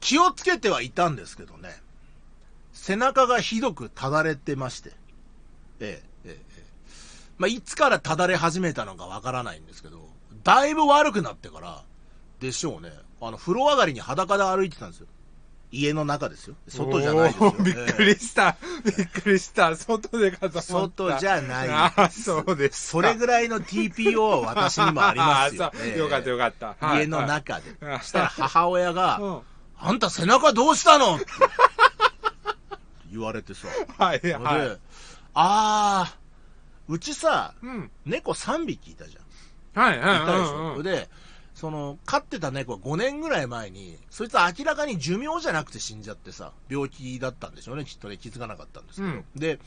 気をつけてはいたんですけどね、背中がひどくただれてまして、ええ、ええ、ええ。まあ、いつからただれ始めたのかわからないんですけど、だいぶ悪くなってから、でしょうね、あの、風呂上がりに裸で歩いてたんですよ。家の中ですよ。外じゃないですおよ。ーびっくええりした。びっくりした。外で固まった。外じゃゃないああ、そうです。それぐらいの TPO は私にもありますよ そうよかったよかった。はい家のはい中ではい。したら母親 うが、んあんた背中どうしたのって言われてさ。はい、で、はい。あー、うちさ、うん。猫3匹いたじゃん。いはい、はい。たでしうんょ。うんで、その、飼ってた猫は5年ぐらい前に、そいつは明らかに寿命じゃなくて死んじゃってさ、病気だったんでしょうね、きっとね、気づかなかったんですけど。うんで、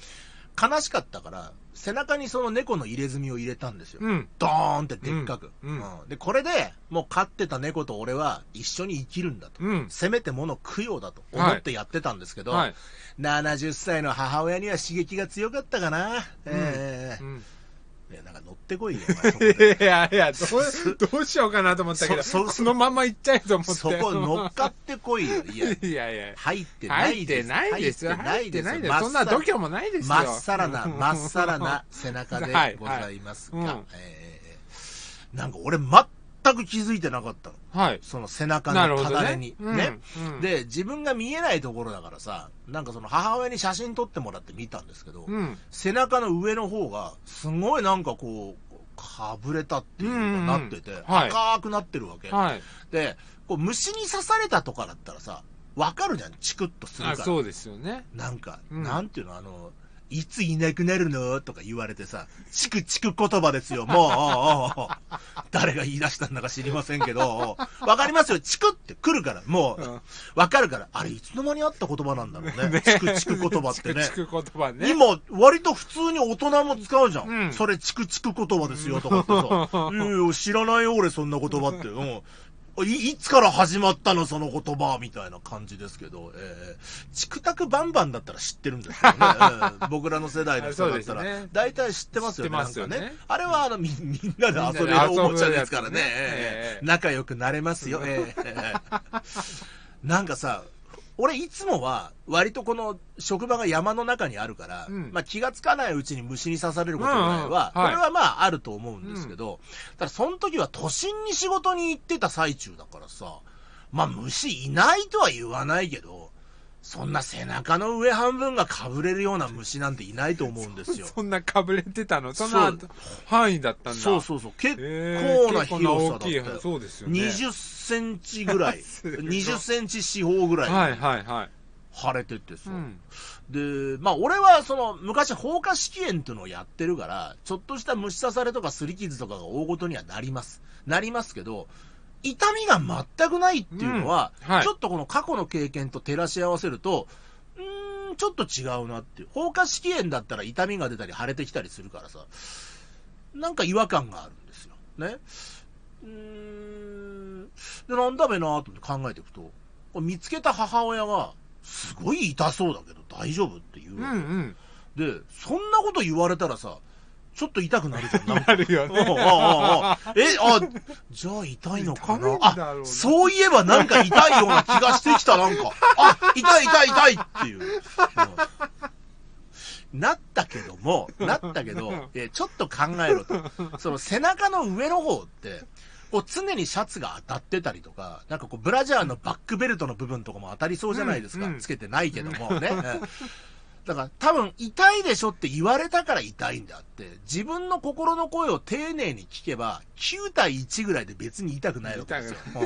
悲しかったから、背中にその猫の入れ墨を入れたんですよ。うん。ドーンってでっかく、うんうんでこれでもう飼ってた猫と俺は一緒に生きるんだと、うん。せめてもの供養だと思ってやってたんですけど、はい。 70歳の母親には刺激が強かったかな、ええうんねなんか乗ってこいよお前そこい でやいや、どう、どうしようかなと思ったけど、そそそのまま行っちゃえと思って。そこ乗っかってこいよいやいやいや。入ってない 入っでてすないですよ。入ってないですよ。まっそんさなら度胸もないですよ。まっさらな、まっさらな。背中ではいございますが、はいえうんえええなんか俺全く気づいてなかったの。はい。その背中なるのほたどだれねに。。うん、うん、で、自分が見えないところだからさ、なんかその母親に写真撮ってもらって見たんですけど、うん。背中の上の方が、すごいなんかこう、かぶれたっていううんうんうのんがなってて、はい赤くなってるわけ。はい。で、こう虫に刺されたとかだったらさ、わかるじゃん、チクッとするあ、から。そうですよね。なんか、うんなんていうの、あの、いついなくなるのとか言われてさ、チクチク言葉ですよ、もうおうおうおう、誰が言い出したんだか知りませんけど、わかりますよ、チクって来るから、もう、うんわかるから、あれ、いつの間にあった言葉なんだろ うね、チクチク言葉ってねチ。クチク言葉ね。今、割と普通に大人も使うじゃん。うんそれ、チクチク言葉ですよ、とかって さ。いやいや、知らないよ、俺、そんな言葉って。うん。いいつから始まったの、その言葉、みたいな感じですけど、えー、チクタクバンバンだったら知ってるんですけどね。えー僕らの世代の人だった そうですらね、大体知ってますよね。知ってますよねなんかね。あれは、あの、み、みんなで遊べるみんなで遊ぶおもちゃですからね。やつねええーえ仲良くなれますよ。え ーなんかさ、俺いつもは割とこの職場が山の中にあるから、うんまあ気がつかないうちに虫に刺されることぐらいは、うんうんはいこれはまああると思うんですけど、ただその時は都心に仕事に行ってた最中だからさ、まあ虫いないとは言わないけど、そんな背中の上半分がかぶれるような虫なんていないと思うんですよ。 そんなかぶれてたのそんそなう範囲だったんだ。そうそうそう。結えー構な結構な広さ大だきいったよ。そうですよね。 20センチぐ らい。すごい20センチ四方ぐらはいいはいはい。腫れててさ。うん。で、まあ俺はその昔放火試験っていうのをやってるから、ちょっとした虫刺されとかすり傷とかが大ごとにはなります。なりますけど、痛みが全くないっていうのは、うんはいちょっとこの過去の経験と照らし合わせると、うーん、ちょっと違うなっていう。放火試験だったら痛みが出たり腫れてきたりするからさ、なんか違和感があるんですよ。ね。うーん。で、なんだべなと思って考えていくと、これ見つけた母親が、すごい痛そうだけど大丈夫って言ううんうわん。け、で、そんなこと言われたらさ、ちょっと痛くなるじゃん。なんかあるよおうおうおうおうね。え、あ、じゃあ痛いのかな痛いんだろうあ、なそういえばなんか痛いような気がしてきた、なんか。あ、痛い痛い痛いっていう。うんなったけども、なったけど、えちょっと考えろと。その背中の上の方って、こう常にシャツが当たってたりとか、なんかこうブラジャーのバックベルトの部分とかも当たりそうじゃないですか。うんうんつけてないけどもね。うんだから多分痛いでしょって言われたから痛いんであって、自分の心の声を丁寧に聞けば、9対1ぐらいで別に痛くないわけですよ。ううんん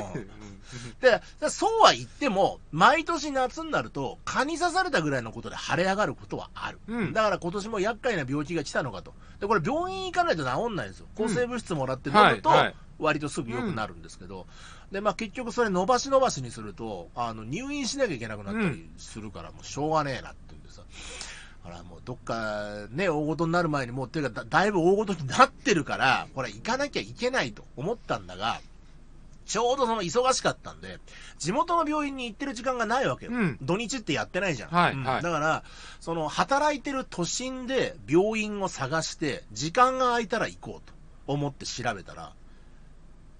で、そうは言っても、毎年夏になると、蚊に刺されたぐらいのことで腫れ上がることはある。うんだから今年も厄介な病気が来たのかと。で、これ病院行かないと治んないんですよ。うん抗生物質もらって飲はむいと、はい割とすぐ良くなるんですけど、で、まあ結局それ伸ばし伸ばしにすると、あの、入院しなきゃいけなくなったうりんするから、もうしょうがねえなっていうんでさ。ほら、もうどっかね、大事になる前にもう、ていうかだ、だいぶ大事になってるから、ほら、行かなきゃいけないと思ったんだが、ちょうどその忙しかったんで、地元の病院に行ってる時間がないわけよ。うん土日ってやってないじゃん。はいうんはいだから、その働いてる都心で病院を探して、時間が空いたら行こうと思って調べたら、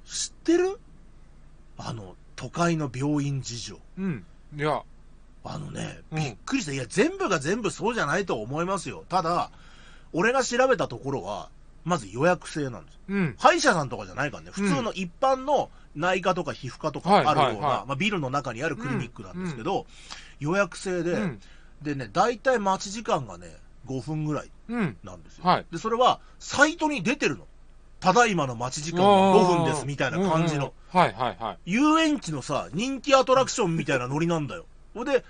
知ってるあの、都会の病院事情。うん。いや、あのね、うんびっくりした。いや、全部が全部そうじゃないと思いますよ。ただ、俺が調べたところは、まず予約制なんです。うん。歯医者さんとかじゃないからね、普通の一般の内科とか皮膚科とかはいあるような、はいはいまあ、ビルの中にあるクリニックなんですけど、予約制で、うん。でね、大体待ち時間がね、5分ぐらいうん。なんですよ。はい。で、それは、サイトに出てるの。ただいまの待ち時間が5分ですみたいな感じの。うんうんうん。はいはいはい。遊園地のさ、人気アトラクションみたいなノリなんだよ。ほんで、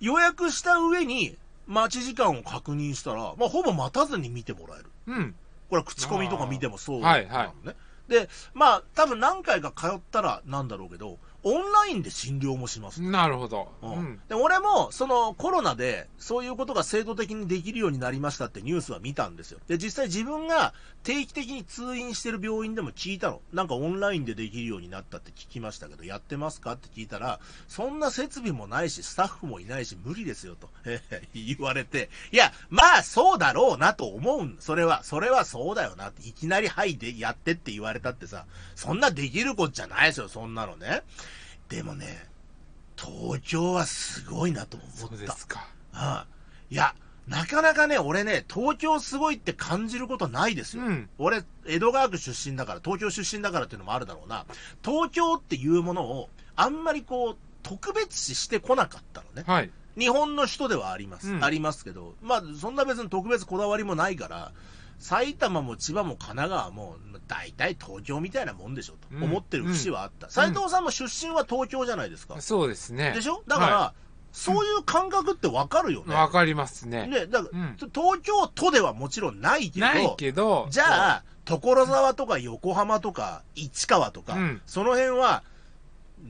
予約した上に、待ち時間を確認したら、まあ、ほぼ待たずに見てもらえる。うん。これは口コミとか見てもそうあなのーね。はいはで、まあ、多分何回か通ったらなんだろうけど、オンラインで診療もします。なるほど。ううんん。で俺も、そのコロナで、そういうことが制度的にできるようになりましたってニュースは見たんですよ。で、実際自分が定期的に通院してる病院でも聞いたの。なんかオンラインでできるようになったって聞きましたけど、やってますかって聞いたら、そんな設備もないし、スタッフもいないし、無理ですよと、 えー言われて、いや、まあそうだろうなと思うん。それは、それはそうだよなって、いきなりはいでやってって言われたってさ、そんなできることじゃないですよ、そんなのね。でもね、東京はすごいなと思った。そうですか。うんいや、なかなかね、俺ね、東京すごいって感じることないですよ。うん俺、江戸川区出身だから、東京出身だからっていうのもあるだろうな。東京っていうものを、あんまりこう、特別視してこなかったのね。はい。日本の人ではあります。うんありますけど、まあ、そんな別に特別こだわりもないから、埼玉も千葉も神奈川も、大体東京みたいなもんでしょ、とうん思ってる節はあった。斉藤さんも出身は東京じゃないですか。そうですね。でしょだから、はそういう感覚ってわかるよね。わかりますね。ね、だから、うん東京都ではもちろんないけど、ないけど。じゃあ、所沢とか横浜とか市川とか、うんその辺は、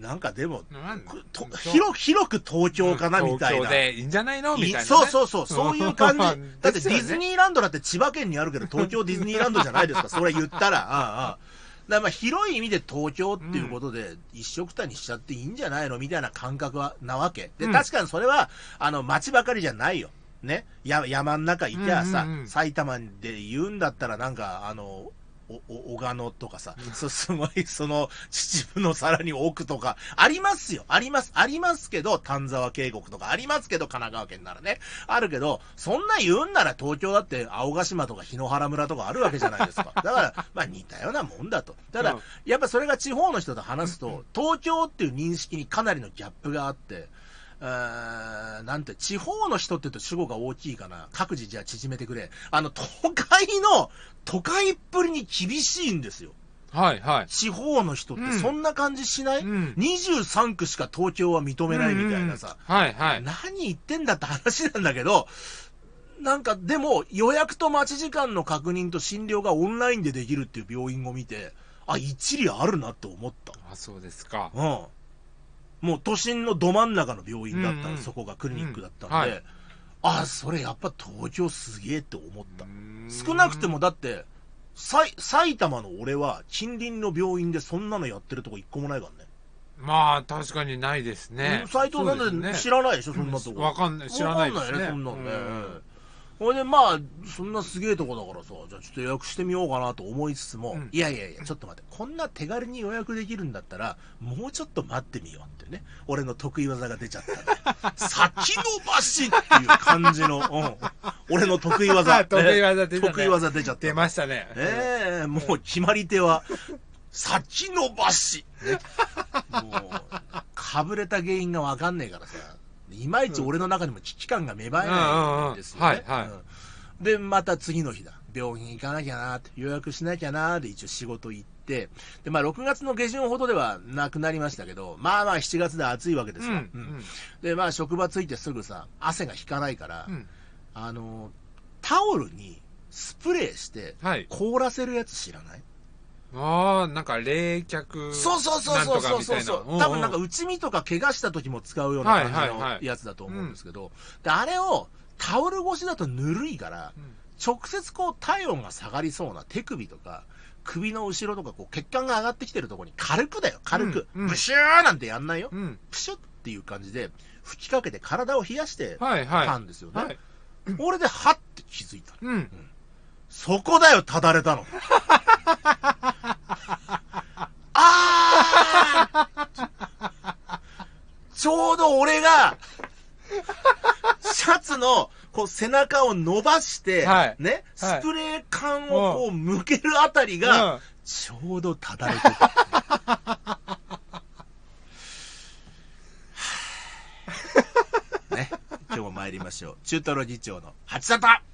なんかでも、そう、なんだくとうん広く広く東京かなうんみたい東な。京でいいんじゃないのみたいいなね。そうそうそう、そういう感 じ。まだあってデですよねィズニーランドだって千葉県にあるけど、東京ディズニーランドじゃない ですか、それ言ったら。ああああだからまあ広い意味で東京っていうことで、一緒くたにしちゃっていいんじゃないのみたいな感覚はなわけ。で、うん確かにそれは、あの、街ばかりじゃないよ。ね。や山ん中行きゃさ、うんうんうん埼玉で言うんだったらなんか、あの、お、お、小鹿野とかさ、 そすごい、その、秩父のさらに奥とか、ありますよ。あります。ありますけど、丹沢渓谷とかありますけど、神奈川県ならね。あるけど、そんな言うんなら東京だって青ヶ島とか檜原村とかあるわけじゃないですか。だから、まあ似たようなもんだと。ただ、うんやっぱそれが地方の人と話すと、東京っていう認識にかなりのギャップがあって、うーんなんて、地方の人って言うと主語が大きいかな。各自じゃあ縮めてくれ。あの、都会の、都会っぷりに厳しいんですよ。はいはい。地方の人ってそんな感じしない、うん。 ?23 区しか東京は認めないみたいなさ。うん。はいはい。何言ってんだって話なんだけど、なんかでも予約と待ち時間の確認と診療がオンラインでできるっていう病院を見て、あ、一理あるなと思った。あ、そうですか。うん。もう都心のど真ん中の病院だったの、うんうんそこがクリニックだったんで、うんはいあ、それやっぱ東京すげえって思った。少少なくてもだって、さい埼玉の俺は近隣の病院でそんなのやってるとこ一個もないからね。まあ、確かにないですね。斎藤さんだって知らないでしょ、そんなとこ。わかんない、知らないでわすかんね。そんなんねうん。ほいで、まあ、そんなすげえとこだからさ、じゃあちょっと予約してみようかなと思いつつも、うんいやいやいや、ちょっと待って、こんな手軽に予約できるんだったら、もうちょっと待ってみようってね、俺の得意技が出ちゃ ったね。先延ばしっていう感じの、うん、俺の得意 技。得意技出たね得意技出ちゃった。出ましたね。ええもう決まり手 は、先延ばし。ねもう、かぶれた原因がわかんねえからさ、いまいち俺の中にも危機感が芽生えないんですよね。うんうんうんはいはいうんで、また次の日だ。病院行かなきゃなって、予約しなきゃなで一応仕事行って、で、まあ6月の下旬ほどではなくなりましたけど、まあまあ7月で暑いわけでうすんよ。ううんん。で、まあ職場ついてすぐさ、汗が引かないから、うん。あの、タオルにスプレーして、はい。凍らせるやつ知らない、ああ、なんか冷却。そうそうそうそうそうそうなんとかみたい多分なんかう内身とか怪我した時も使うような感はいはいはじのいやつだと思うんですけど、であれをタオル越しだとぬるいからうん直接こう体温が下がりそうな手首とか首の後ろとかこう血管が上がってきてるところに軽くだよ軽く、うんうんブシューなんてやんないよ、うん。プシュッっていう感じで吹きかけて体を冷やしてはいはい。たんですよね、はい。俺でハッて気づいたのうん。そこだよ、ただれたの。 あーちょうど俺が、シャツの、こう、背中を伸ばして、はいね、はいスプレー缶をこう、向けるあたりが、うんちょうどただれて た。ね、今日も参りましょう。中トロ議長の八里